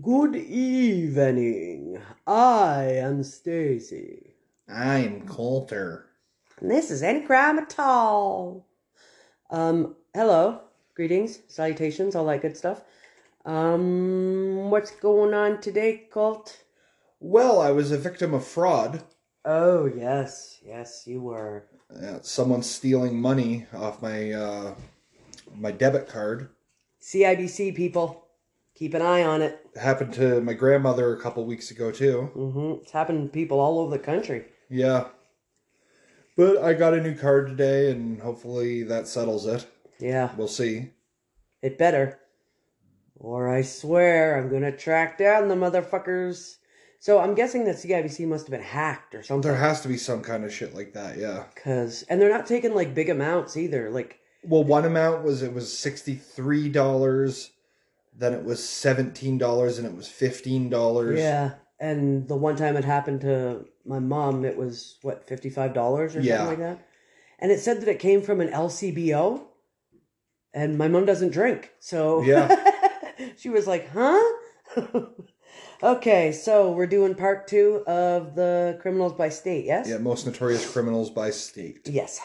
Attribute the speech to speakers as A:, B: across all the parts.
A: Good evening. I am Stacy.
B: I am Coulter.
A: And this is any crime at all. Um, hello, greetings, salutations, all that good stuff. Um, what's going on today, Colt?
B: Well, I was a victim of fraud.
A: Oh yes, yes, you were.
B: Uh, someone's stealing money off my uh, my debit card.
A: CIBC people, keep an eye on it.
B: It happened to my grandmother a couple weeks ago too.
A: Mm-hmm. It's happened to people all over the country.
B: Yeah. But I got a new card today, and hopefully that settles it.
A: Yeah,
B: We'll see.
A: it better. Or I swear I'm gonna track down the motherfuckers. So I'm guessing that CIBC must have been hacked or something.
B: There has to be some kind of shit like that, yeah.
A: Cause and they're not taking like big amounts either. Like
B: Well, one amount was it was sixty three dollars, then it was seventeen dollars, and it was fifteen dollars.
A: yeah. And the one time it happened to my mom, it was what fifty five dollars or
B: Yeah.
A: something like that. And it said that it came from an LCBO, and my mom doesn't drink, so she was like, "Huh." okay, so we're doing part two of the criminals by state. Yes.
B: Yeah, most notorious criminals by state.
A: Yes.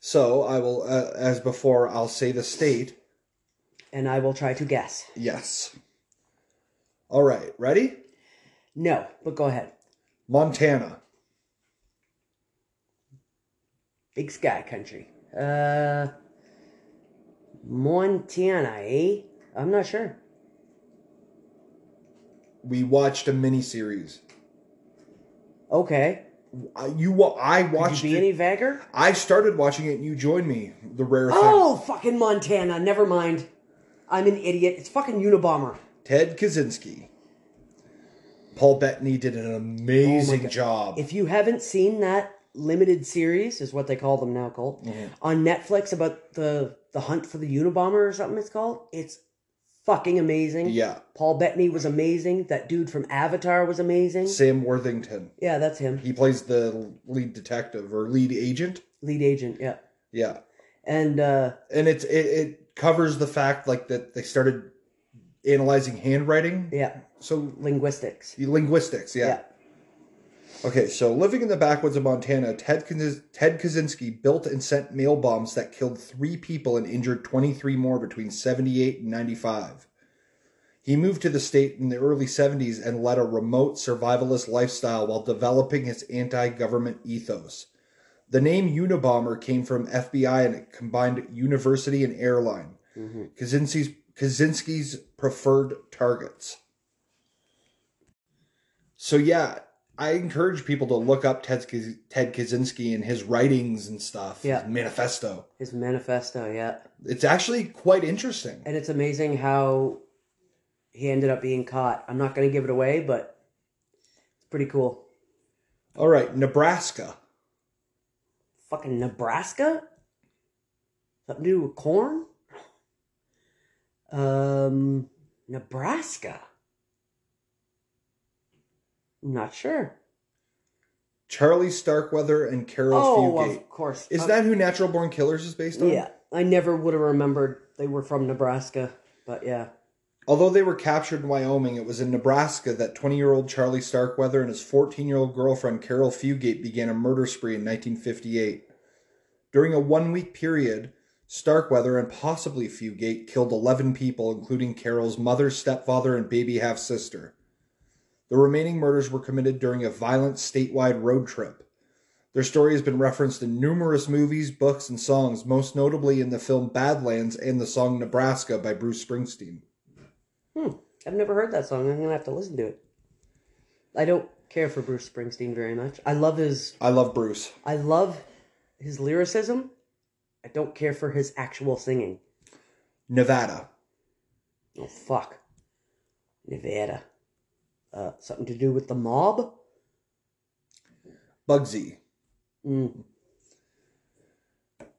B: So I will, uh, as before, I'll say the state.
A: And I will try to guess.
B: Yes. All right, ready?
A: No, but go ahead.
B: Montana.
A: Big Sky Country. Uh, Montana, eh? I'm not sure.
B: We watched a miniseries.
A: Okay.
B: Uh, You, wa- I
A: Could you
B: watched
A: be
B: it.
A: any vagger?
B: I started watching it, and you joined me. The rare
A: Oh, fucking Montana. Never mind. I'm an idiot. It's fucking Unabomber.
B: thing. Ted Kaczynski. Paul Bettany did an amazing
A: Oh God.
B: job.
A: If you haven't seen that limited series, is what they call them now, Colt, on Netflix about the the hunt for the Unabomber or something. It's called. It's fucking amazing.
B: yeah,
A: Paul Bettany was amazing. That dude from Avatar was amazing.
B: Sam Worthington.
A: Yeah, that's him.
B: He plays the lead detective or lead agent.
A: Lead agent. Yeah.
B: Yeah,
A: And uh,
B: and it's it, it covers the fact like that they started analyzing handwriting.
A: yeah,
B: So
A: linguistics.
B: linguistics, yeah.
A: Yeah.
B: Okay, so living in the backwoods of Montana, Ted Kaz- Ted Kaczynski built and sent mail bombs that killed three people and injured 23 more between 78 and 95. He moved to the state in the early 70s and led a remote survivalist lifestyle while developing his anti government ethos. The name Unabomber came from FBI and it combined university and airline, Kaczynski's, Kaczynski's preferred targets. So yeah, I encourage people to look up Ted Kaz- Ted Kaczynski and his writings and stuff.
A: Yeah.
B: his manifesto.
A: His manifesto. Yeah,
B: It's actually quite interesting.
A: and it's amazing how he ended up being caught. I'm not going to give it away, but it's pretty cool.
B: All right, Nebraska.
A: Fucking Nebraska. Something to do with corn. Um, Nebraska. I'm not sure.
B: Charlie Starkweather and Carol
A: Oh,
B: Fugate.
A: of course.
B: Is
A: Uh,
B: that who Natural Born Killers is based on?
A: Yeah, I never would have remembered they were from Nebraska, but yeah.
B: Although they were captured in Wyoming, it was in Nebraska that 20 year old Charlie Starkweather and his 14 year old girlfriend Carol Fugate began a murder spree in 1958. During a one week period, Starkweather and possibly Fugate killed 11 people, including Carol's mother, stepfather, and baby half sister. The remaining murders were committed during a violent statewide road trip. Their story has been referenced in numerous movies, books, and songs, most notably in the film Badlands and the song Nebraska by Bruce Springsteen.
A: Hmm. I've never heard that song. I'm gonna have to listen to it. I don't care for Bruce Springsteen very much. I love his
B: I love Bruce.
A: I love his lyricism. I don't care for his actual singing.
B: Nevada.
A: Oh fuck. Nevada. Uh something to do with the mob?
B: Bugsy.
A: Mm.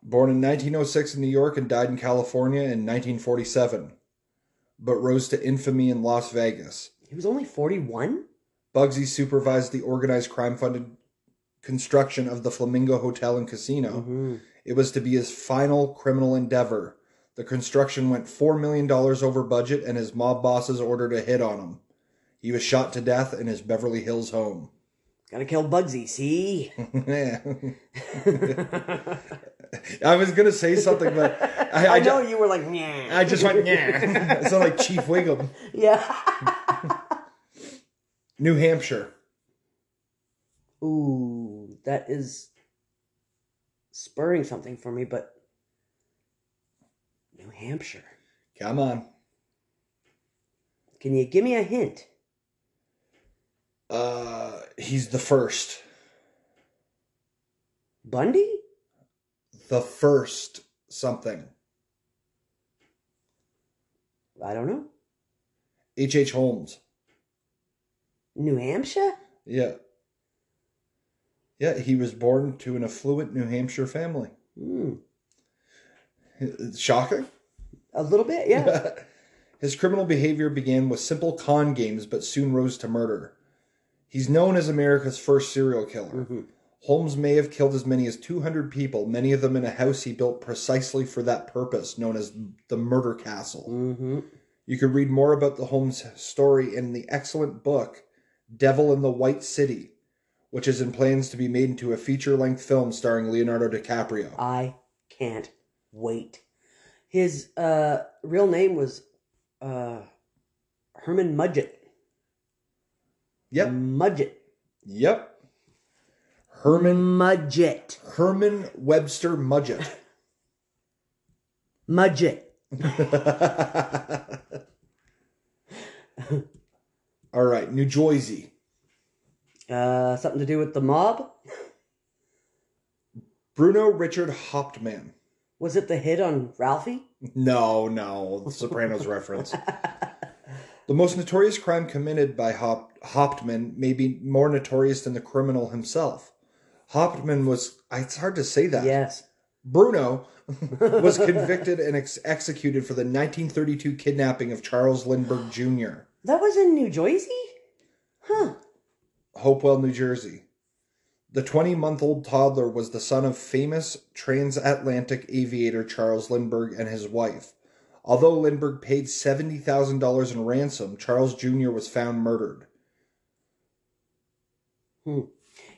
B: Born in 1906 in New York and died in California in 1947, but rose to infamy in Las Vegas.
A: He was only 41?
B: Bugsy supervised the organized crime funded construction of the Flamingo Hotel and Casino.
A: Mm-hmm.
B: It was to be his final criminal endeavor. The construction went $4 million over budget, and his mob bosses ordered a hit on him. He was shot to death in his Beverly Hills home.
A: Gotta kill Bugsy, see?
B: Yeah. I was gonna say something, but I, I,
A: I know
B: ju-
A: you were like, yeah.
B: I just went yeah. It's not like Chief Wiggum.
A: yeah.
B: New Hampshire.
A: Ooh, that is spurring something for me, but New Hampshire.
B: Come on.
A: Can you give me a hint?
B: Uh, he's the first.
A: Bundy?
B: The first something.
A: I don't know.
B: H. H. Holmes.
A: New Hampshire?
B: Yeah. Yeah, he was born to an affluent New Hampshire family.
A: Hmm.
B: It's shocking.
A: A little bit, yeah.
B: His criminal behavior began with simple con games, but soon rose to murder. He's known as America's first serial killer.
A: Mhm.
B: Holmes may have killed as many as 200 people, many of them in a house he built precisely for that purpose, known as the Murder Castle.
A: Mm-hmm.
B: You could read more about the Holmes story in the excellent book Devil in the White City, which is in plans to be made into a feature length film starring Leonardo DiCaprio.
A: I can't wait. His uh, real name was uh, Herman Mudgett.
B: Yep.
A: Mudgett.
B: Yep. Herman
A: Mudgett.
B: Herman Webster Mudgett.
A: Mudgett.
B: All right, New Jersey.
A: Uh, something to do with the mob?
B: Bruno Richard Hauptmann.
A: Was it the hit on Ralphie?
B: No, no, the Sopranos reference. The most notorious crime committed by Haupt- Hauptmann may be more notorious than the criminal himself. Hauptmann was, it's hard to say that.
A: Yes.
B: Bruno was convicted and ex- executed for the 1932 kidnapping of Charles Lindbergh Jr.,
A: That was in New Jersey? Huh.
B: Hopewell, New Jersey. The 20 month old toddler was the son of famous transatlantic aviator Charles Lindbergh and his wife. Although Lindbergh paid $70,000 in ransom, Charles Jr. was found murdered.
A: You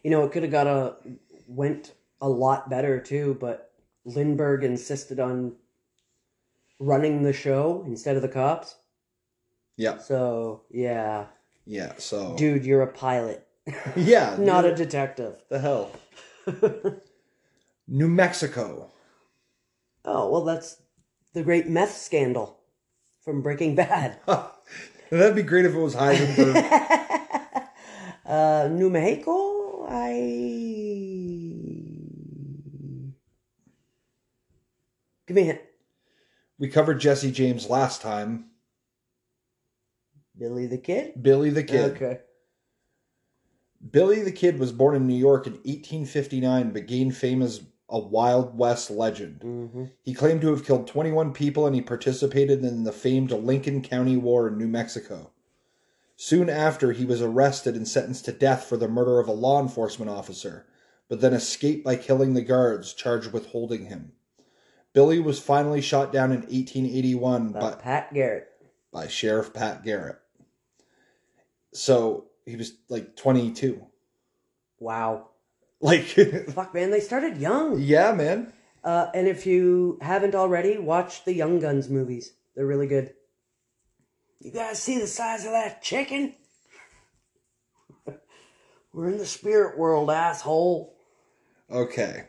A: know, it could have got a went a lot better too, but Lindbergh insisted on running the show instead of the cops.
B: Yeah.
A: So yeah,
B: Yeah, so.
A: dude, you're a pilot,
B: Yeah.
A: not a
B: dude,
A: detective.
B: The hell. New Mexico.
A: Oh well, that's the great meth scandal from Breaking Bad.
B: That'd be great if it was Heisenberg.
A: uh, New Mexico, I give me a hint.
B: we covered Jesse James last time.
A: Billy the Kid.
B: Billy the Kid.
A: Okay.
B: Billy the Kid was born in New York in 1859 but gained fame as a Wild West legend.
A: hmm
B: He claimed to have killed 21 people and he participated in the famed Lincoln County War in New Mexico. Soon after, he was arrested and sentenced to death for the murder of a law enforcement officer, but then escaped by killing the guards charged with holding him. Billy was finally shot down in 1881 by,
A: Pat Garrett.
B: by Sheriff Pat Garrett. So he was like 22.
A: Wow.
B: Like,
A: Fuck, man, they started young.
B: yeah, man.
A: Uh, and if you haven't already, watch the Young Guns movies. They're really good. You guys see the size of that chicken? We're in the spirit world, asshole.
B: Okay.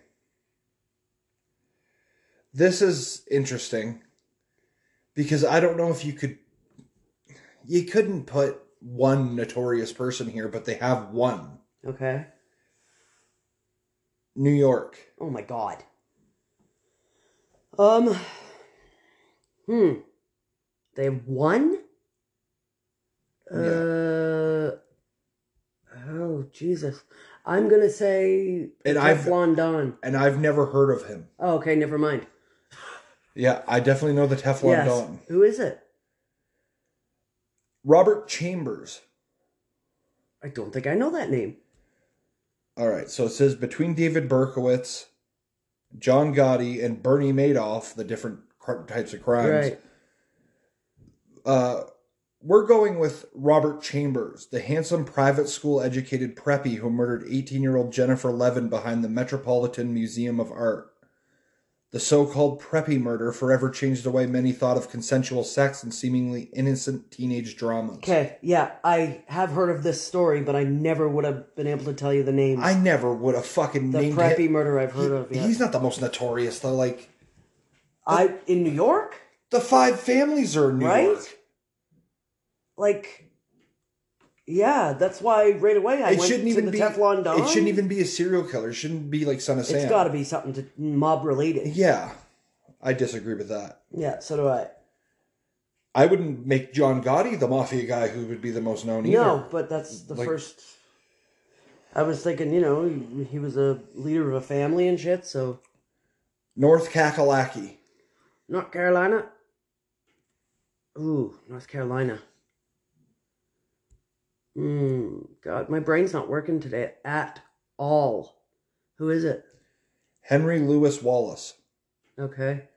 B: This is interesting because I don't know if you could. You couldn't put one notorious person here, but they have one.
A: Okay.
B: New York.
A: Oh my god. Um. Hmm. They have one. Uh. Oh Jesus! I'm gonna say
B: And I've-
A: Teflon Don.
B: And I've never heard of him.
A: Oh, okay, never mind.
B: Yeah, I definitely know the Teflon
A: yes.
B: Don.
A: Who is it?
B: Robert Chambers.
A: I don't think I know that name.
B: All right, so it says between David Berkowitz, John Gotti, and Bernie Madoff, the different cr- types of crimes. Uh, we're going with Robert Chambers, the handsome private school educated preppy who murdered 18 year old Jennifer Levin behind the Metropolitan Museum of Art. The so called preppy murder forever changed the way many thought of consensual sex and seemingly innocent teenage dramas.
A: Okay, yeah, I have heard of this story, but I never would have been able to tell you the name.
B: I never would have fucking
A: the
B: named
A: preppy
B: him.
A: murder I've heard of.
B: He-
A: Yeah.
B: He's not the most notorious though. Like
A: I in New York,
B: the five families are in New
A: right?
B: York.
A: Like, yeah, that's why right away I
B: It
A: went
B: shouldn't
A: to
B: even
A: the
B: be.
A: Teflon Don.
B: It shouldn't even be a serial killer. It shouldn't be like Son of Sam.
A: It's got to be something to mob related.
B: Yeah, I disagree with that.
A: Yeah, so do I.
B: I wouldn't make John Gotti the mafia guy who would be the most known either.
A: No, but that's the
B: Like-
A: first. I was thinking, you know, he- he was a leader of a family and shit, so
B: North Kakalaki.
A: North Carolina. Ooh, North Carolina. Mm, God, my brain's not working today at all. Who is it?
B: Henry Lewis Wallace.
A: Okay.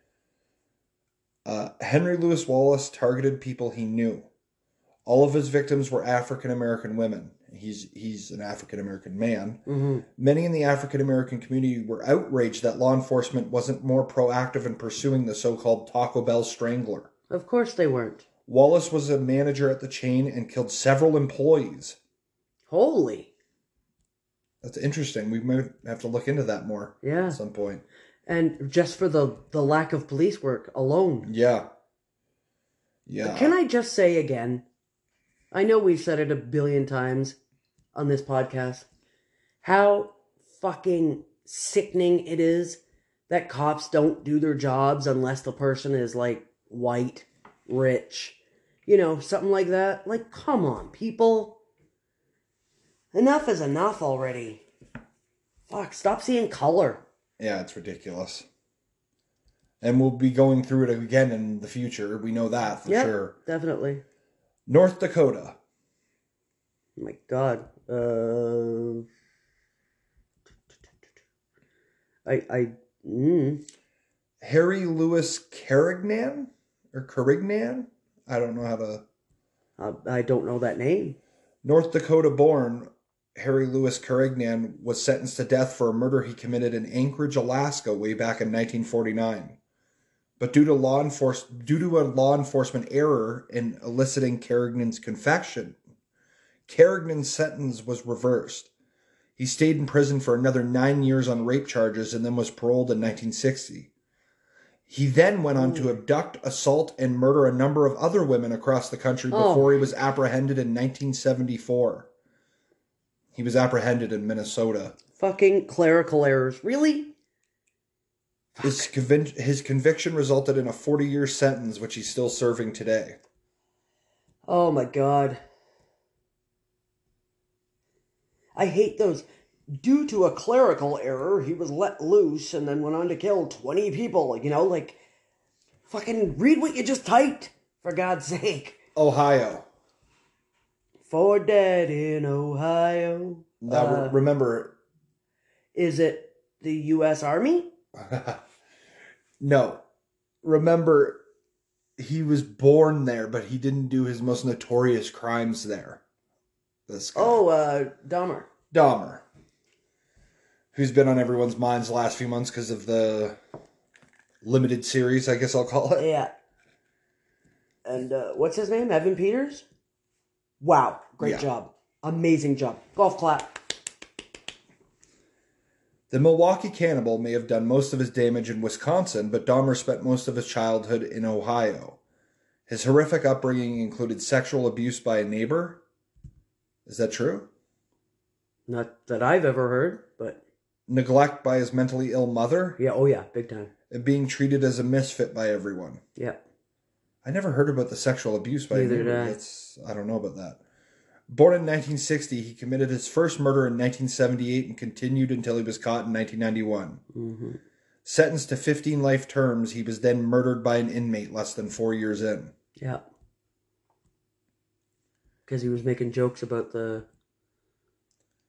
B: Uh, Henry Lewis Wallace targeted people he knew. All of his victims were African American women. He's he's an African American man.
A: Mm-hmm.
B: Many in the African American community were outraged that law enforcement wasn't more proactive in pursuing the so-called Taco Bell strangler.
A: Of course they weren't.
B: Wallace was a manager at the chain and killed several employees.
A: Holy.
B: That's interesting. We might have to look into that more
A: Yeah.
B: at some point.
A: And just for the the lack of police work alone.
B: Yeah. Yeah.
A: Can I just say again? I know we've said it a billion times on this podcast how fucking sickening it is that cops don't do their jobs unless the person is like white, rich, you know, something like that. Like, come on, people. Enough is enough already. Fuck, stop seeing color.
B: yeah, it's ridiculous. And we'll be going through it again in the future. We know that for
A: Yeah.
B: sure.
A: Definitely.
B: North Dakota.
A: Oh my god. Uh, I I mm,
B: Harry Lewis Carignan or Carignan? I don't know how to
A: I, I don't know that name.
B: North Dakota born Harry Lewis Carignan was sentenced to death for a murder he committed in Anchorage, Alaska way back in 1949. But due to law enforce due to a law enforcement error in eliciting Carignan's confession, Carignan's sentence was reversed. He stayed in prison for another 9 years on rape charges and then was paroled in 1960. He then went on to abduct, assault, and murder a number of other women across the country
A: Oh.
B: before he was apprehended in 1974. He was apprehended in Minnesota.
A: Fucking clerical errors. Really?
B: His, convin- his conviction resulted in a 40 year sentence, which he's still serving today.
A: Oh my god. I hate those. Due to a clerical error, he was let loose and then went on to kill 20 people. You know, like, fucking read what you just typed, for God's sake.
B: Ohio.
A: For dead in Ohio.
B: Now, re-
A: Uh,
B: remember,
A: Is it the U.S. Army?
B: no, remember, he was born there, but he didn't do his most notorious crimes there. This guy.
A: Oh, uh, Dahmer.
B: Dahmer, who's been on everyone's minds the last few months because of the limited series, I guess I'll call it.
A: Yeah. And uh, what's his name? Evan Peters? Wow. Great
B: Yeah.
A: job. Amazing job. Golf clap.
B: The Milwaukee cannibal may have done most of his damage in Wisconsin, but Dahmer spent most of his childhood in Ohio. His horrific upbringing included sexual abuse by a neighbor. Is that true?
A: Not that I've ever heard, but
B: Neglect by his mentally ill mother
A: yeah. Oh, yeah. Big time.
B: and being treated as a misfit by everyone.
A: Yeah.
B: I never heard about the sexual abuse by
A: Neither
B: Neither
A: did I.
B: That's I don't know about that. Born in 1960, he committed his first murder in 1978 and continued until he was caught in 1991.
A: hmm
B: Sentenced to 15 life terms, he was then murdered by an inmate less than four years in.
A: Yeah. Because he was making jokes about the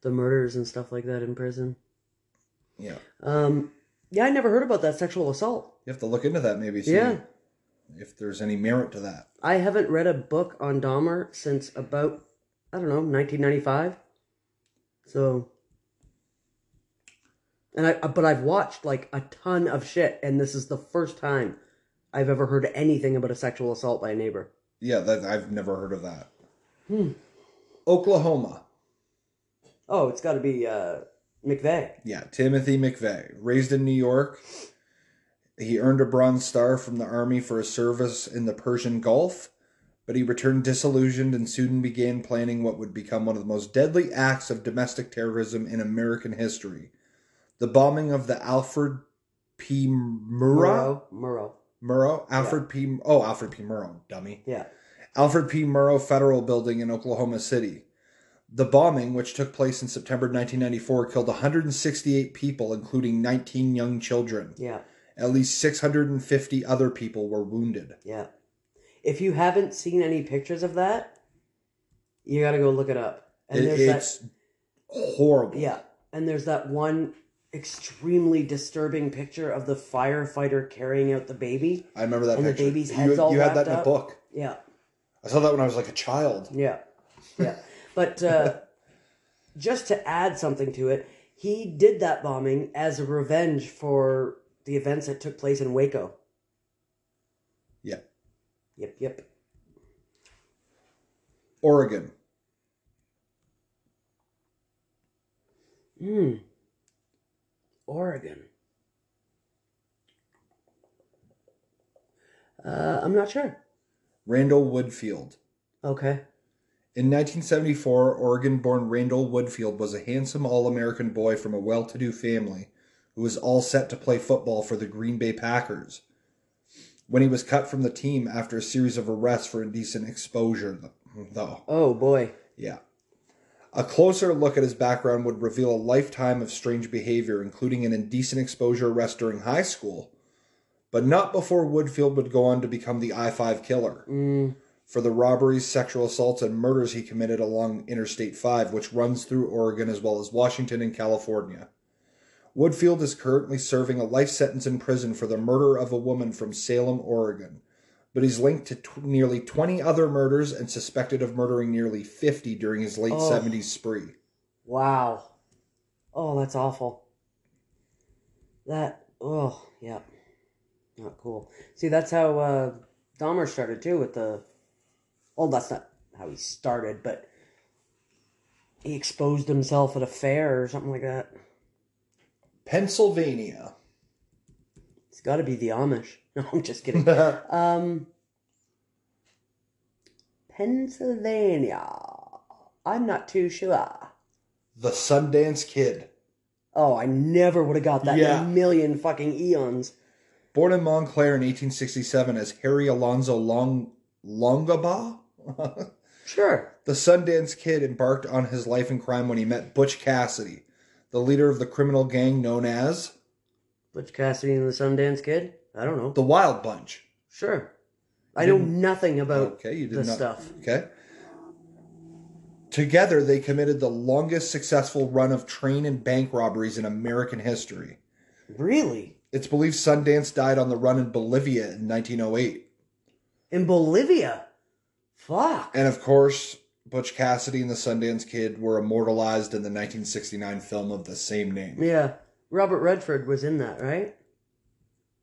A: the murders and stuff like that in prison.
B: Yeah.
A: Um, Yeah, I never heard about that sexual assault.
B: You have to look into that maybe. See
A: Yeah.
B: If there's any merit to that.
A: I haven't read a book on Dahmer since about, I don't know, 1995. So. And I, but I've watched like a ton of shit, and this is the first time I've ever heard anything about a sexual assault by a neighbor.
B: Yeah, that I've never heard of that.
A: Hmm.
B: Oklahoma.
A: Oh, it's got to be uh, McVeigh.
B: Yeah, Timothy McVeigh, raised in New York. He earned a Bronze Star from the Army for his service in the Persian Gulf, but he returned disillusioned and soon began planning what would become one of the most deadly acts of domestic terrorism in American history the bombing of the Alfred P. Murrow.
A: Murrow.
B: Murrow? Alfred P. Oh, Alfred P. Murrow, dummy.
A: Yeah.
B: Alfred P. Murrow Federal Building in Oklahoma City. The bombing, which took place in September 1994, killed 168 people, including 19 young children.
A: Yeah.
B: At least 650 other people were wounded.
A: Yeah. If you haven't seen any pictures of that, you got to go look it up. And
B: It-
A: there's that
B: it's horrible.
A: Yeah, and there's that one extremely disturbing picture of the firefighter carrying out the baby.
B: I remember that
A: And the
B: picture.
A: baby's
B: You-
A: head's
B: you,
A: all
B: had that
A: wrapped
B: in a
A: up.
B: book.
A: Yeah,
B: I saw that when I was like a child.
A: yeah, yeah. but uh, just to add something to it, he did that bombing as a revenge for the events that took place in Waco.
B: Yeah.
A: Yep, yep.
B: Oregon.
A: Hmm. Oregon. Uh, I'm not sure.
B: Randall Woodfield.
A: Okay.
B: In 1974, Oregon born Randall Woodfield was a handsome all American boy from a well to do family who was all set to play football for the Green Bay Packers. When he was cut from the team after a series of arrests for indecent exposure, though.
A: Oh boy.
B: Yeah. A closer look at his background would reveal a lifetime of strange behavior, including an indecent exposure arrest during high school, but not before Woodfield would go on to become the I 5 killer
A: Mm.
B: for the robberies, sexual assaults, and murders he committed along Interstate 5, which runs through Oregon as well as Washington and California. Woodfield is currently serving a life sentence in prison for the murder of a woman from Salem, Oregon, but he's linked to tw nearly 20 other murders and suspected of murdering nearly 50 during his late
A: Oh.
B: 70s spree.
A: Wow. Oh, that's awful. That oh yeah, not cool. See, that's how uh, Dahmer started too with the. Well, that's not how he started, but he exposed himself at a fair or something like that.
B: Pennsylvania.
A: It's got to be the Amish. No, I'm just kidding.
B: Pennsylvania.
A: Um, Pennsylvania. I'm not too sure.
B: the Sundance Kid.
A: Oh, I never would have got that
B: Yeah.
A: in a million fucking eons.
B: Born in Montclair in 1867 as Harry Alonzo Long Longabaugh?
A: Sure.
B: The Sundance Kid embarked on his life in crime when he met Butch Cassidy, the leader of the criminal gang known as
A: Butch Cassidy and the Sundance Kid? I don't know.
B: the Wild Bunch.
A: Sure. I know nothing about
B: Okay, you did
A: this
B: not.
A: stuff.
B: Okay. Together, they committed the longest successful run of train and bank robberies in American history.
A: Really?
B: It's believed Sundance died on the run in Bolivia in 1908.
A: In Bolivia? Fuck.
B: And of course, Butch Cassidy and the Sundance Kid were immortalized in the 1969 film of the same name.
A: Yeah. Robert Redford was in that, right?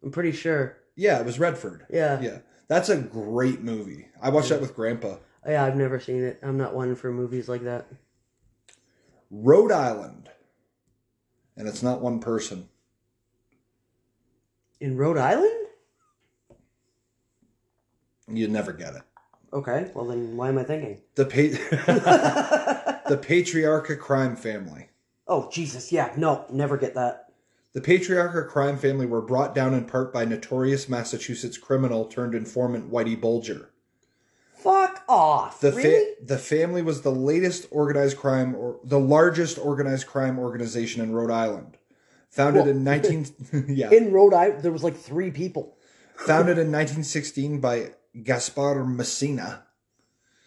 A: I'm pretty sure.
B: Yeah, it was Redford.
A: Yeah. Yeah,
B: Yeah, that's a great movie. I watched that with Grandpa.
A: I've never seen it. I'm not one for movies like that.
B: Rhode Island, and it's not one person.
A: In Rhode Island?
B: You never get it.
A: Okay, well then why am I thinking?
B: The pa- the Patriarcha crime family.
A: oh, Jesus, yeah, no, never get that.
B: The Patriarcha crime family were brought down in part by notorious Massachusetts criminal turned informant Whitey Bulger.
A: Fuck off.
B: The fa-
A: really?
B: the family was the latest organized crime or the largest organized crime organization in Rhode Island. Founded in 19 yeah.
A: in Rhode Island, there was like three people.
B: Founded in 1916 by Gaspar Messina,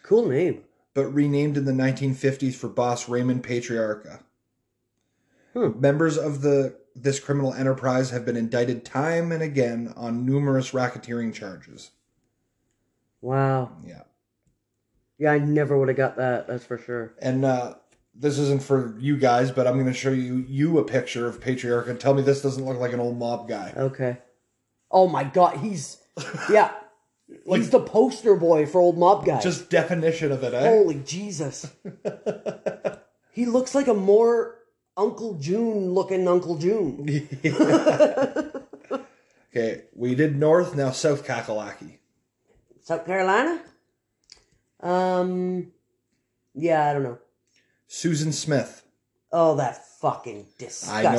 A: Cool name.
B: but renamed in the 1950s for boss Raymond Patriarca.
A: Hmm.
B: Members of the this criminal enterprise have been indicted time and again on numerous racketeering charges.
A: Wow.
B: Yeah.
A: Yeah, I never would have got that. That's for sure.
B: And uh, this isn't for you guys, but I'm going to show you you a picture of Patriarch and tell me this doesn't look like an old mob guy.
A: Okay. Oh my god, he's yeah. he's the poster boy for old mob guy.
B: Just definition of it, eh?
A: Holy Jesus. he looks like a more Uncle June looking Uncle June. Oh.
B: Okay, we did North, now South Kakalaki.
A: South Carolina? Um yeah, I don't know.
B: Susan Smith.
A: Oh, that fucking
B: I
A: disgusting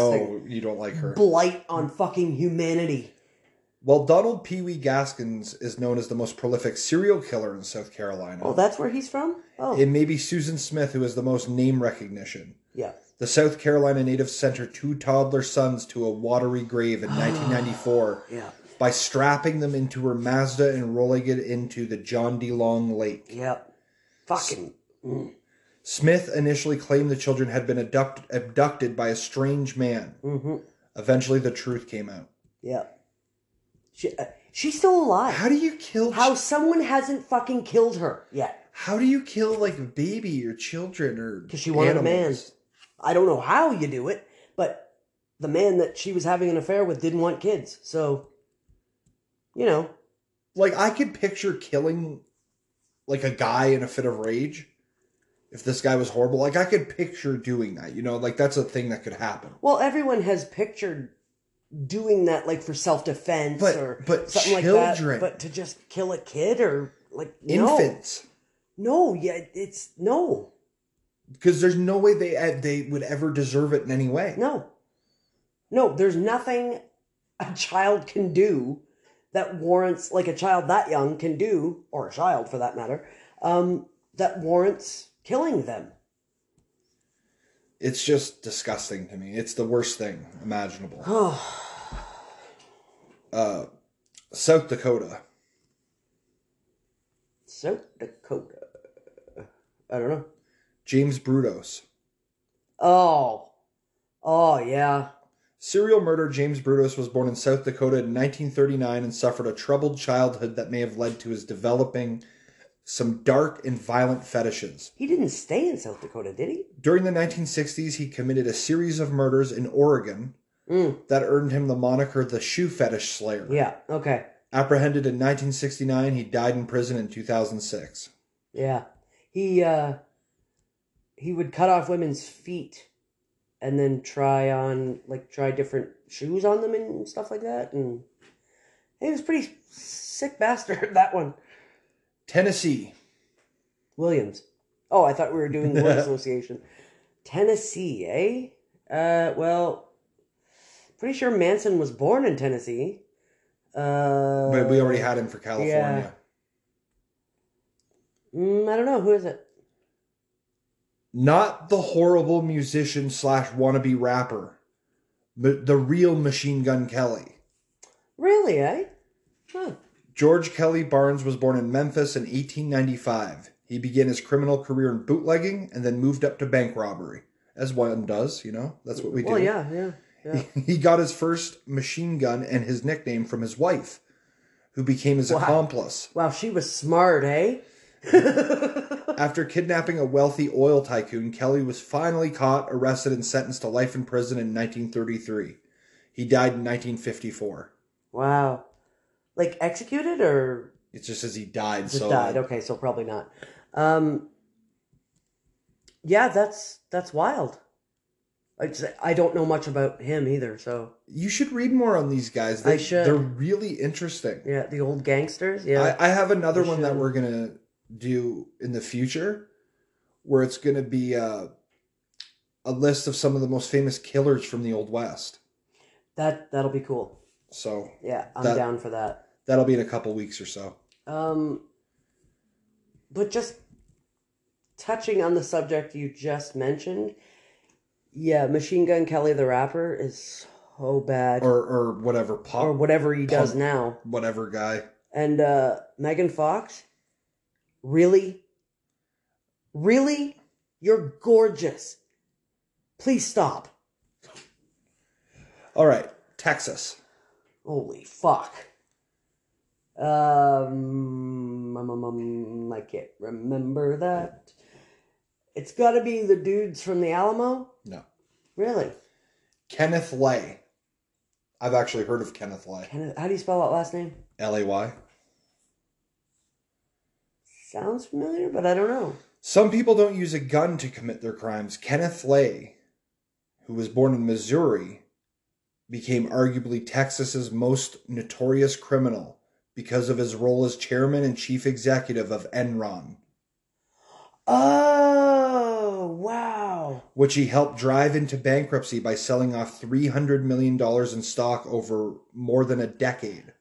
B: know you don't like her.
A: blight on fucking humanity.
B: While Donald Pee Wee Gaskins is known as the most prolific serial killer in South Carolina,
A: Oh, that's where he's from? Oh.
B: it may be Susan Smith who has the most name recognition.
A: yeah.
B: The South Carolina native sent her two toddler sons to a watery grave in 1994
A: Yeah.
B: by strapping them into her Mazda and rolling it into the John D. Long Lake.
A: Yeah. Fucking
B: Smith initially claimed the children had been abduct- abducted by a strange man.
A: hmm
B: Eventually, the truth came out.
A: Yeah. She, uh, she's still alive.
B: How do you kill?
A: How someone hasn't fucking killed her yet.
B: How do you kill like a baby or children or? Because
A: she wanted a man. I don't know how you do it, but the man that she was having an affair with didn't want kids. So, you know,
B: Like I could picture killing, like a guy in a fit of rage. If this guy was horrible, like I could picture doing that. You know, like that's a thing that could happen.
A: well, everyone has pictured doing that like for self defense
B: But-
A: or
B: but
A: something like that.
B: children.
A: But to just kill a kid or like
B: Infants,
A: no, no, yeah, it's no,
B: because there's no way they eh, they would ever deserve it in any way.
A: no, no. There's nothing a child can do that warrants like a child that young can do, or a child for that matter, um, that warrants killing them.
B: It's just disgusting to me. It's the worst thing imaginable.
A: Oh,
B: Uh, South Dakota.
A: South Dakota. I don't know.
B: James Brutos.
A: Oh, oh yeah.
B: Serial murderer James Brutus was born in South Dakota in 1939 and suffered a troubled childhood that may have led to his developing some dark and violent fetishes.
A: He didn't stay in South Dakota, did he?
B: During the 1960s, he committed a series of murders in Oregon
A: Mm,
B: that earned him the moniker the Shoe Fetish Slayer.
A: yeah. Okay.
B: Apprehended in 1969, he died in prison in 2006.
A: Yeah. He uh he would cut off women's feet and then try on like try different shoes on them and stuff like that and he was pretty sick bastard that one.
B: Tennessee.
A: Williams. Oh, I thought we were doing the word association. Tennessee, eh? Uh well pretty sure Manson was born in Tennessee. Uh
B: But we already had him for California.
A: mm, I don't know, who is it?
B: Not the horrible musician slash wannabe rapper, but the real Machine Gun Kelly.
A: Really, eh? Huh.
B: George Kelly Barnes was born in Memphis in 1895. He began his criminal career in bootlegging and then moved up to bank robbery, as one does, you know? That's what we do.
A: Well yeah, yeah. Yeah.
B: He got his first machine gun and his nickname from his wife, who became his accomplice.
A: Wow, she was smart, eh?
B: After kidnapping a wealthy oil tycoon, Kelly was finally caught, arrested, and sentenced to life in prison in 1933. He died in 1954.
A: Wow. Like executed or
B: It just says he died,
A: just
B: so
A: died? Okay, so probably not. Um Yeah, that's that's wild. I just, I don't know much about him either, so
B: you should read more on these guys. They,
A: I should.
B: They're really interesting.
A: yeah, the old gangsters, yeah.
B: I, I have another
A: We
B: one that
A: should.
B: we're gonna do in the future, where it's gonna be uh, a list of some of the most famous killers from the Old West.
A: that that'll be cool.
B: So
A: Yeah, I'm
B: That-
A: down for that.
B: that'll be in a couple weeks or so.
A: Um but just touching on the subject you just mentioned, yeah, Machine Gun Kelly the rapper is so bad.
B: Or or whatever pop
A: or whatever he does
B: Punk.
A: now.
B: whatever guy.
A: And uh Megan Fox, really? Really? You're gorgeous. Please stop.
B: All right, Texas.
A: Holy fuck. Um, um, um, um, I can't remember that. It's got to be the dudes from the Alamo.
B: No.
A: Really?
B: Kenneth Lay. I've actually heard of Kenneth Lay.
A: Kenneth, how do you spell that last name?
B: L A Y.
A: Sounds familiar, but I don't know.
B: Some people don't use a gun to commit their crimes. Kenneth Lay, who was born in Missouri, became arguably Texas's most notorious criminal because of his role as chairman and chief executive of Enron,
A: Oh, wow.
B: which he helped drive into bankruptcy by selling off $300 million in stock over more than a decade.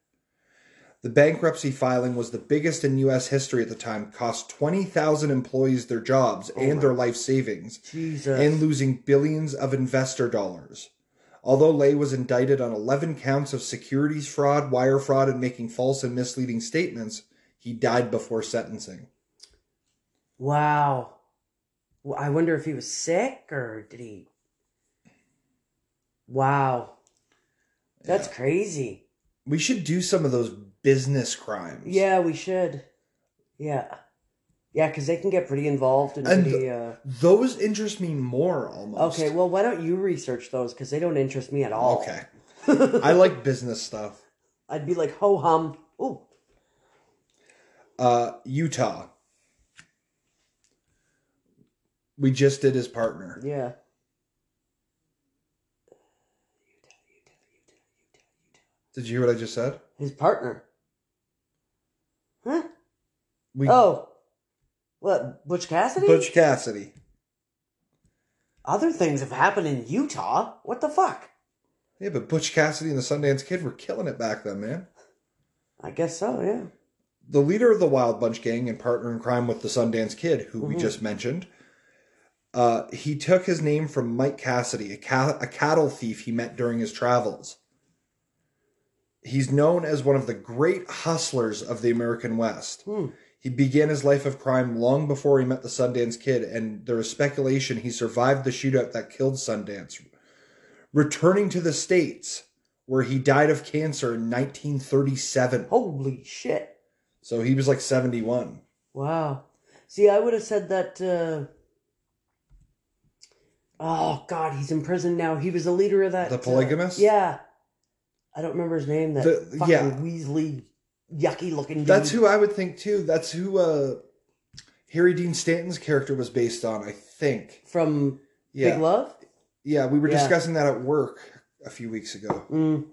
B: The bankruptcy filing was the biggest in U.S. history at the time, cost 20,000 employees their jobs
A: Oh my-
B: and their life savings,
A: Jesus.
B: and losing billions of investor dollars. Although Lay was indicted on 11 counts of securities fraud, wire fraud, and making false and misleading statements, he died before sentencing.
A: wow. Well, I wonder if he was sick or did he. Wow. That's
B: Yeah.
A: crazy.
B: We should do some of those business crimes.
A: Yeah, we should. Yeah. Yeah, because they can get pretty involved in
B: And-
A: pretty. Uh...
B: Those interest me more almost.
A: Okay, well, why don't you research those? Because they don't interest me at all.
B: Okay.
A: Okay.
B: I like business stuff.
A: I'd be like, ho hum. Ooh.
B: Uh, Utah. We just did his partner.
A: Yeah.
B: Did you hear what I just said?
A: His partner. Huh?
B: We
A: Oh. What? Butch Cassidy?
B: Butch Cassidy.
A: Other things have happened in Utah. What the fuck?
B: Yeah, but Butch Cassidy and the Sundance Kid were killing it back then, man.
A: I guess so, yeah.
B: The leader of the Wild Bunch Gang and partner in crime with the Sundance Kid, who we
A: Mhm.
B: just mentioned, uh, he took his name from Mike Cassidy, a, ca- a cattle thief he met during his travels. He's known as one of the great hustlers of the American West.
A: Hmm.
B: He began his life of crime long before he met the Sundance Kid, and there is speculation he survived the shootout that killed Sundance. Returning to the States, where he died of cancer in 1937.
A: Holy shit.
B: So he was like 71.
A: Wow. See, I would have said that. Uh... Oh, God, he's in prison now. He was the leader of that.
B: The
A: uh,
B: polygamist?
A: yeah. I don't remember his name. That
B: The-
A: fucking
B: yeah.
A: Weasley, yucky looking dude.
B: That's who I would think too. That's who uh Harry Dean Stanton's character was based on, I think.
A: From
B: Yeah.
A: Big Love?
B: Yeah, we were
A: Yeah.
B: discussing that at work a few weeks ago.
A: Mm.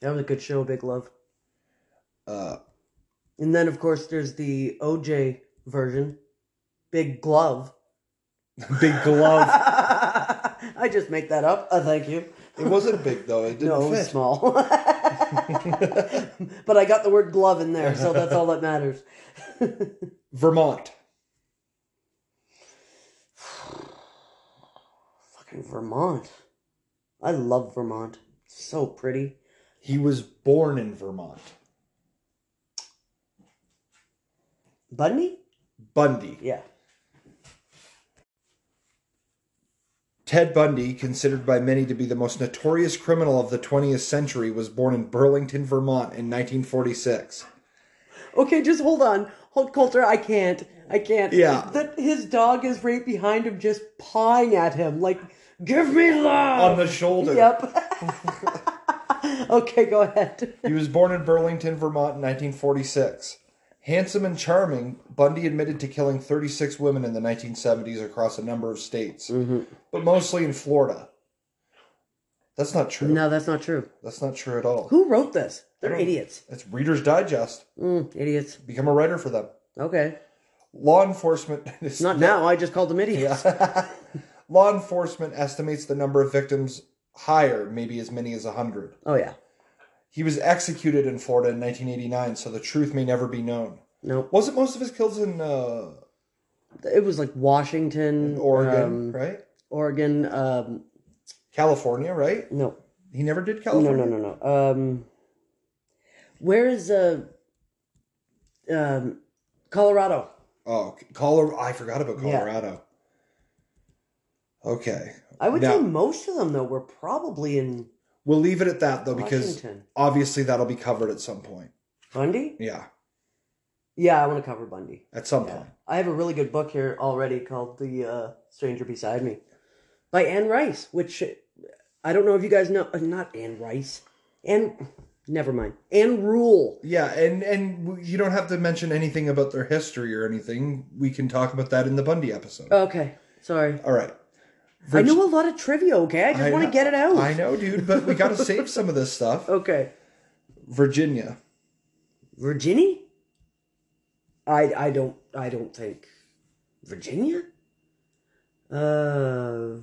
A: That was a good show, Big Love.
B: Uh
A: And then, of course, there's the OJ version, Big Glove.
B: Big Glove.
A: I just make that up. Uh, thank you.
B: it wasn't big though. It didn't
A: no, it was
B: fit.
A: small. but I got the word glove in there, so that's all that matters.
B: Vermont.
A: Fucking Vermont. I love Vermont. So pretty.
B: He was born in Vermont.
A: Bundy?
B: Bundy.
A: Yeah.
B: Ted Bundy, considered by many to be the most notorious criminal of the 20th century, was born in Burlington, Vermont in 1946.
A: Okay, just hold on. Hold Coulter, I can't. I can't.
B: Yeah.
A: That his dog is right behind him just pawing at him like give me
B: On
A: love.
B: the shoulder.
A: Yep. okay, go ahead.
B: He was born in Burlington, Vermont in 1946. Handsome and charming, Bundy admitted to killing 36 women in the 1970s across a number of states, but mostly in Florida. That's not true.
A: No, that's not true.
B: That's not true at all.
A: Who wrote this? They're
B: don't-
A: idiots.
B: It's Reader's Digest.
A: Mm, idiots.
B: Become a writer for them.
A: Okay.
B: Law enforcement. is
A: Not now. I just called them idiots.
B: Law enforcement estimates the number of victims higher, maybe as many as 100.
A: Oh yeah.
B: He was executed in Florida in 1989, so the truth may never be known.
A: No.
B: Wasn't most of his kills in uh,
A: It was like Washington,
B: Oregon,
A: um,
B: right?
A: Oregon. Um,
B: California, right?
A: no,
B: He never did
A: no,
B: California.
A: no, no, no. Um, where is uh, um, Colorado?
B: Oh, Colorado. I forgot about
A: Yeah.
B: Colorado. Okay.
A: I would
B: No.
A: say most of them though were probably in
B: We'll leave it at that though, Oh, because
A: Washington.
B: obviously that'll be covered at some point.
A: Bundy?
B: Yeah,
A: Yeah, I want to cover Bundy.
B: at some
A: Yeah.
B: point.
A: I have a really good book here already called The uh, Stranger Beside Me by Anne Rice, which I don't know if you guys know. uh, Not Anne Rice. Anne, never mind. Anne Rule.
B: Yeah, and and w- you don't have to mention anything about their history or anything. We can talk about that in the Bundy episode.
A: Okay, sorry.
B: All right.
A: I know a lot of trivia, okay? I just want to get it out.
B: I know, dude, but we got to save some of this stuff.
A: Okay.
B: Virginia.
A: Virginia? I I don't I don't think Virginia. Uh,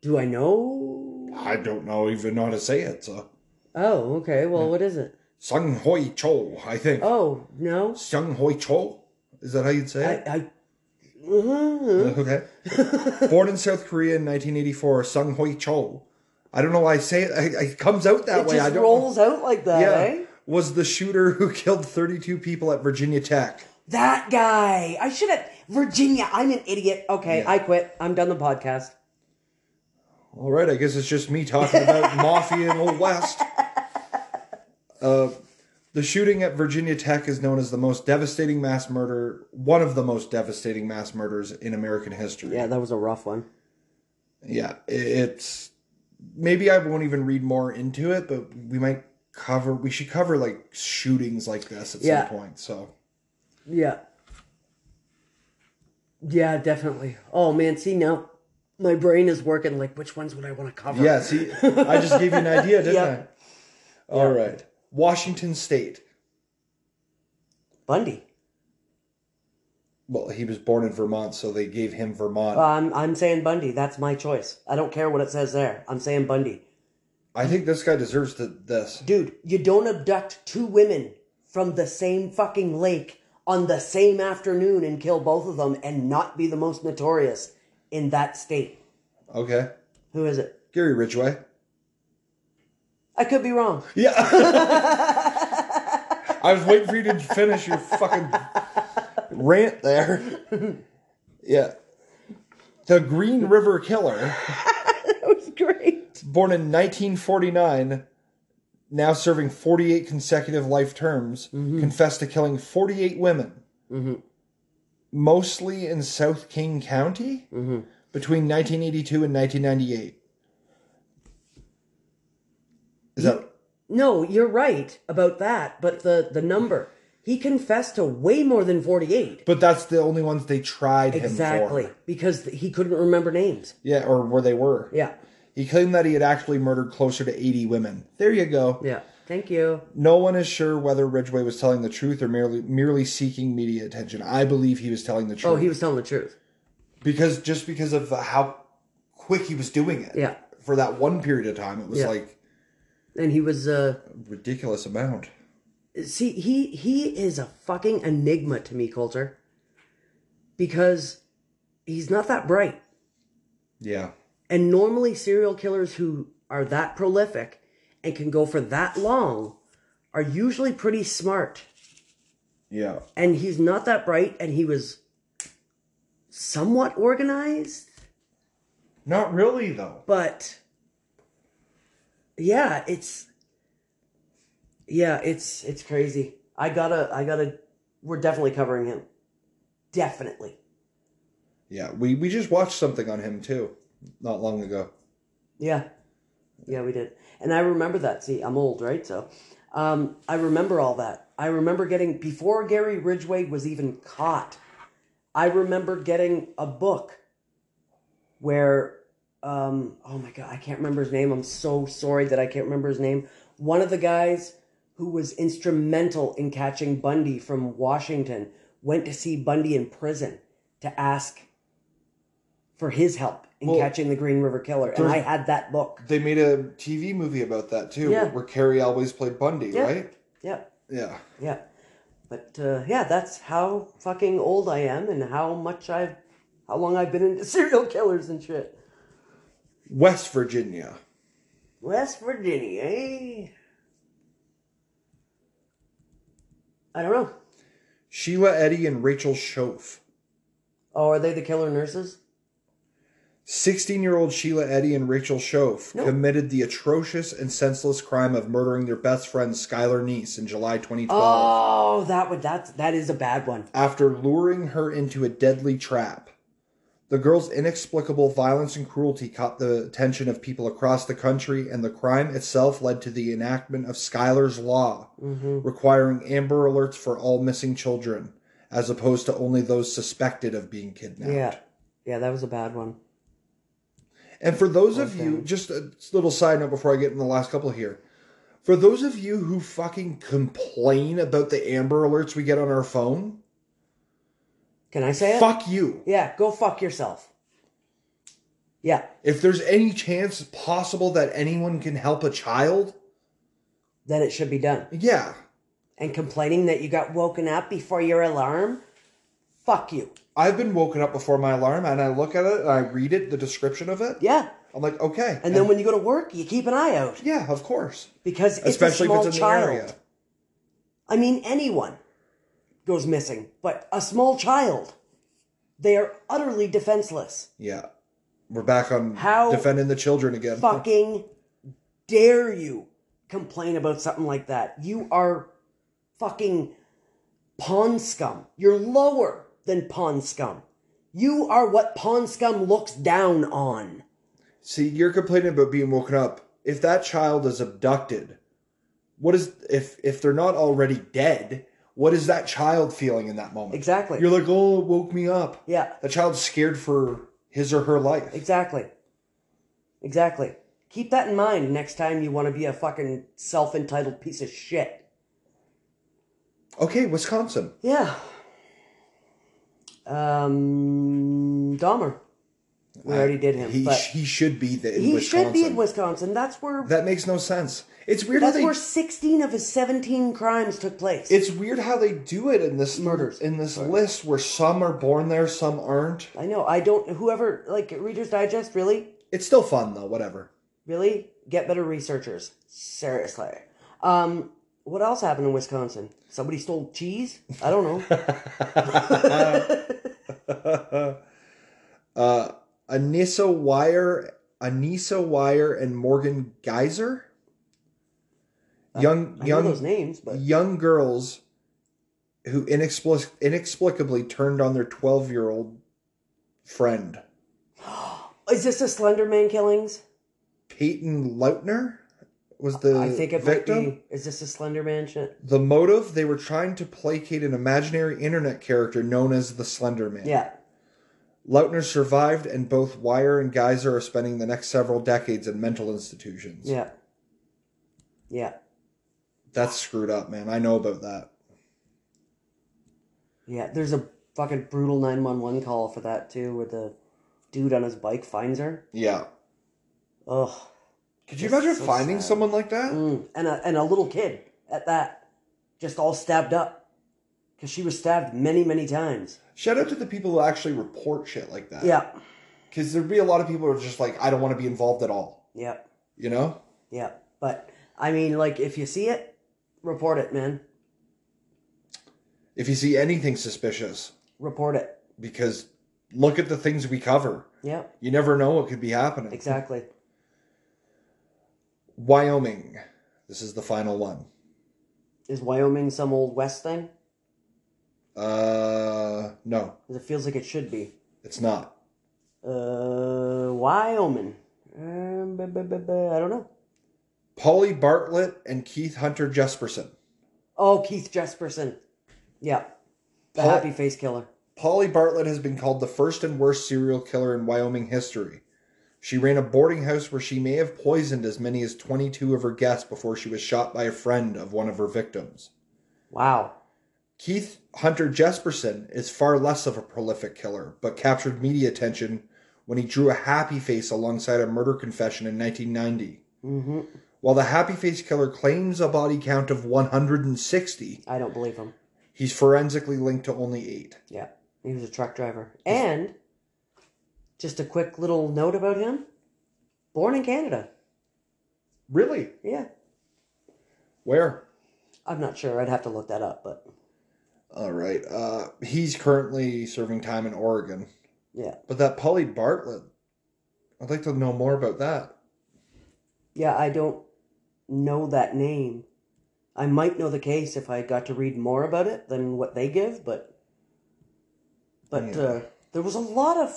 A: do I know?
B: I don't know even how to say it. So.
A: Oh, okay. Well, what is it?
B: Sung Hoi Cho, I think.
A: Oh no,
B: Sung Hoi Cho? Is that how you'd say
A: I
B: it?
A: I. Mhm.
B: Okay. Born in South Korea in 1984, Sung Hoi Cho. I don't know why I say it. I, it comes out that
A: It
B: way. I
A: just
B: don't.
A: rolls out like that,
B: yeah.
A: eh?
B: Was the shooter who killed 32 people at Virginia Tech.
A: That guy. I should have Virginia. I'm an idiot. Okay,
B: Yeah.
A: I quit. I'm done the podcast.
B: All right, I guess it's just me talking about mafia and old west. Uh, the shooting at Virginia Tech is known as the most devastating mass murder, one of the most devastating mass murders in American history.
A: Yeah, that was a rough one.
B: yeah i- it's maybe i won't even read more into it but we might cover we should cover like shootings like this at
A: Yeah.
B: some point so
A: Yeah. Yeah, definitely. Oh man, see now my brain is working like which ones would I want to cover?
B: yeah see i just gave you an idea didn't
A: Yeah.
B: i All right, washington state
A: Bundy.
B: well he was born in vermont so they gave him vermont
A: Um, I'm saying Bundy. That's my choice. I don't care what it says there. I'm saying Bundy.
B: i think this guy deserves the, this
A: Dude, you don't abduct two women from the same fucking lake on the same afternoon and kill both of them and not be the most notorious in that state.
B: okay
A: Who is it?
B: gary ridgway
A: I could be wrong.
B: yeah i was waiting for you to finish your fucking rant there yeah the green river killer
A: That was great.
B: born in 1949, now serving 48 consecutive life terms, confessed to killing 48 women, mostly in South King County between 1982 and 1998. Is that
A: No, you're right about that, but the the number. He confessed to way more than 48.
B: but that's the only ones they tried
A: Exactly,
B: him for.
A: because he couldn't remember names.
B: Yeah, or where they were.
A: Yeah.
B: He claimed that he had actually murdered closer to 80 women. There you go.
A: Yeah. Thank you.
B: No one is sure whether Ridgway was telling the truth or merely merely seeking media attention. I believe he was telling the truth.
A: Oh, he was telling the truth.
B: because just because of how quick he was doing it.
A: Yeah.
B: For that one period of time, it was
A: Yeah.
B: like
A: And he was uh
B: a ridiculous amount.
A: see he he is a fucking enigma to me, Coulter. Because he's not that bright.
B: Yeah.
A: And normally, serial killers who are that prolific and can go for that long are usually pretty smart.
B: Yeah.
A: And he's not that bright, and he was somewhat organized,
B: Not really though.
A: but yeah, it's yeah, it's it's crazy. I gotta, I gotta. We're definitely covering him. Definitely.
B: Yeah. We we just watched something on him too, not long ago.
A: Yeah. Yeah, we did. And I remember that. See, I'm old, right? So um, I remember all that. I remember getting, before Gary Ridgway was even caught, I remember getting a book where, um, oh my God, I can't remember his name. I'm so sorry that I can't remember his name. One of the guys who was instrumental in catching Bundy from Washington went to see Bundy in prison to ask for his help in
B: Well,
A: catching the Green River Killer. And
B: there's-
A: I had that book.
B: They made a TV movie about that too,
A: Yeah.
B: where Carrie always played Bundy,
A: Yeah.
B: right?
A: Yeah.
B: Yeah.
A: Yeah. But uh, yeah, that's how fucking old I am and how much I've, how long I've been into serial killers and shit.
B: West Virginia.
A: West Virginia, eh? I don't know.
B: Sheila Eddy and Rachel Schoaf.
A: Oh, are they the killer nurses?
B: 16 year old Sheila Eddy and Rachel Schoaf
A: No.
B: committed the atrocious and senseless crime of murdering their best friend Skylar Niece in July 2012
A: Oh, that would that's that is a bad one.
B: after luring her into a deadly trap. The girl's inexplicable violence and cruelty caught the attention of people across the country, and the crime itself led to the enactment of Skylar's Law,
A: Mm-hmm.
B: requiring Amber Alerts for all missing children, as opposed to only those suspected of being kidnapped.
A: Yeah, yeah, that was a bad one.
B: And for those of you, just a little side note before I get in the last couple here. For those of you who fucking complain about the Amber Alerts we get on our phone,
A: Can I say it?
B: fuck you.
A: Yeah, go fuck yourself. Yeah,
B: If there's any chance possible that anyone can help a child,
A: then it should be done.
B: yeah,
A: And complaining that you got woken up before your alarm, fuck you.
B: I've been woken up before my alarm and I look at it and I read it, the description of it.
A: Yeah,
B: I'm like, okay.
A: and then when you go to work, you keep an eye out
B: yeah, of course.
A: because it's
B: Especially
A: a small
B: if it's in
A: child.
B: the area.
A: I mean, anyone goes missing, but a small child, they are utterly defenseless.
B: Yeah. We're back on
A: How
B: defending the children again.
A: fucking dare you complain about something like that? You are fucking pawn scum. You're lower than pawn scum. You are what pawn scum looks down on.
B: See, you're complaining about being woken up. If that child is abducted, what is if if they're not already dead? What is that child feeling in that moment?
A: Exactly.
B: You're like, oh, it woke me up.
A: yeah,
B: The child's scared for his or her life.
A: exactly. Exactly. Keep that in mind next time you want to be a fucking self entitled piece of shit.
B: Okay, Wisconsin.
A: Yeah. Um, Dahmer. We already did him.
B: He
A: but
B: he should be the in
A: he
B: Wisconsin.
A: should be in Wisconsin. That's where
B: That makes no sense. It's weird how
A: that's
B: they.
A: where 16 of his 17 crimes took place.
B: It's weird how they do it in this
A: Murders.
B: in this list where some are born there, some aren't.
A: I know. I don't. Whoever like Reader's Digest, really,
B: It's still fun though. Whatever.
A: really get better researchers. Seriously. Um, what else happened in Wisconsin? Somebody stole cheese. I don't know.
B: uh, Anissa Wire, Anissa Wire, and Morgan Geyser. Young,
A: I know those
B: young,
A: names, but
B: young girls who inexplic- inexplicably turned on their twelve-year-old friend
A: is this the Slenderman killings?
B: Peyton Lautner was the
A: I think it
B: victim.
A: might be. Is this the Slenderman shit?
B: The motive they were trying to placate an imaginary internet character known as the Slender Man.
A: Yeah.
B: Lautner survived, and both Wire and Geyser are spending the next several decades in mental institutions.
A: Yeah. Yeah.
B: That's screwed up, man. I know about that.
A: Yeah, there's a fucking brutal 911 call for that too, where the dude on his bike finds her.
B: Yeah.
A: Ugh.
B: Could you
A: That's
B: imagine
A: so
B: finding
A: sad.
B: someone like that?
A: Mm. And, a, and a little kid at that, just all stabbed up. Because she was stabbed many, many times.
B: Shout out to the people who actually report shit like that.
A: Yeah,
B: Because there'd be a lot of people who are just like, I don't want to be involved at all.
A: yeah,
B: You know?
A: yeah. But, I mean, like, if you see it, report it, man.
B: If you see anything suspicious,
A: Report it.
B: because look at the things we cover.
A: Yeah,
B: You never know what could be happening.
A: exactly.
B: Wyoming. This is the final one.
A: Is Wyoming some old West thing?
B: Uh, no,
A: 'Cause it feels like it should be.
B: it's not.
A: Uh, Wyoming. Um, bu- bu- bu- bu- I don't know.
B: Polly Bartlett and Keith Hunter Jesperson.
A: Oh, Keith Jesperson. Yeah. The
B: Paul-
A: happy face killer.
B: Polly Bartlett has been called the first and worst serial killer in Wyoming history. She ran a boarding house where she may have poisoned as many as 22 of her guests before she was shot by a friend of one of her victims.
A: Wow.
B: Keith Hunter Jesperson is far less of a prolific killer, but captured media attention when he drew a happy face alongside a murder confession in 1990.
A: hmm
B: While the happy face killer claims a body count of 160,
A: I don't believe him.
B: he's forensically linked to only eight.
A: Yeah. He was a truck driver. And just a quick little note about him. Born in Canada.
B: Really?
A: Yeah.
B: Where?
A: I'm not sure. I'd have to look that up, but
B: All right. Uh, he's currently serving time in Oregon.
A: yeah.
B: But that Polly Bartlett I'd like to know more about that.
A: Yeah, I don't know that name. I might know the case if I got to read more about it than what they give, but but
B: Yeah.
A: uh, there was a lot of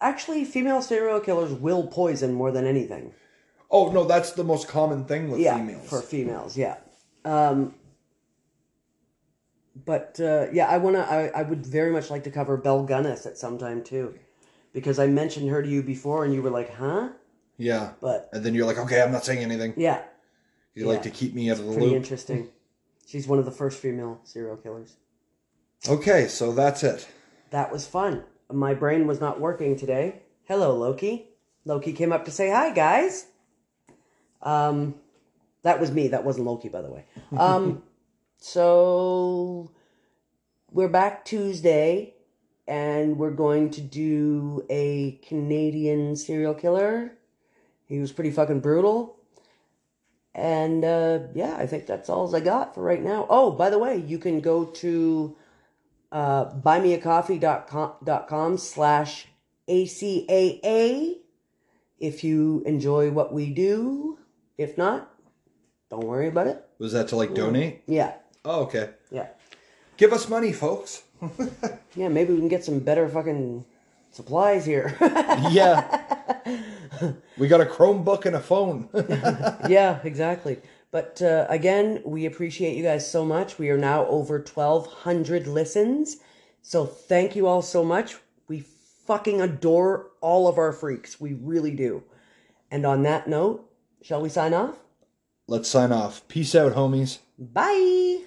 A: actually female serial killers will poison more than anything.
B: Oh no, that's the most common thing with
A: yeah,
B: females.
A: for females, yeah. Um, but uh, yeah, I wanna. I, I would very much like to cover Belle Gunness at some time too, because I mentioned her to you before, and you were like, "Huh?"
B: Yeah,
A: But
B: and then you're like, okay, I'm not saying anything.
A: yeah,
B: You like
A: Yeah.
B: to keep me out of the
A: pretty
B: loop.
A: interesting. She's one of the first female serial killers.
B: Okay, so that's it.
A: That was fun. My brain was not working today. Hello, Loki. Loki came up to say hi, guys. Um, that was me. That wasn't Loki, by the way. Um, so we're back Tuesday, and we're going to do a Canadian serial killer. He was pretty fucking brutal. And uh, yeah, I think that's all I got for right now. Oh, by the way, you can go to uh, buymeacoffee.com slash ACAA if you enjoy what we do. If not, don't worry about it.
B: Was that to like donate?
A: Yeah,
B: Oh, okay.
A: yeah.
B: Give us money, folks.
A: Yeah, maybe we can get some better fucking supplies here.
B: yeah. We got a Chromebook and a phone.
A: yeah, exactly. But uh, again, we appreciate you guys so much. We are now over 1,200 listens. So thank you all so much. We fucking adore all of our freaks. We really do. And on that note, shall we sign off?
B: Let's sign off. Peace out, homies.
A: Bye.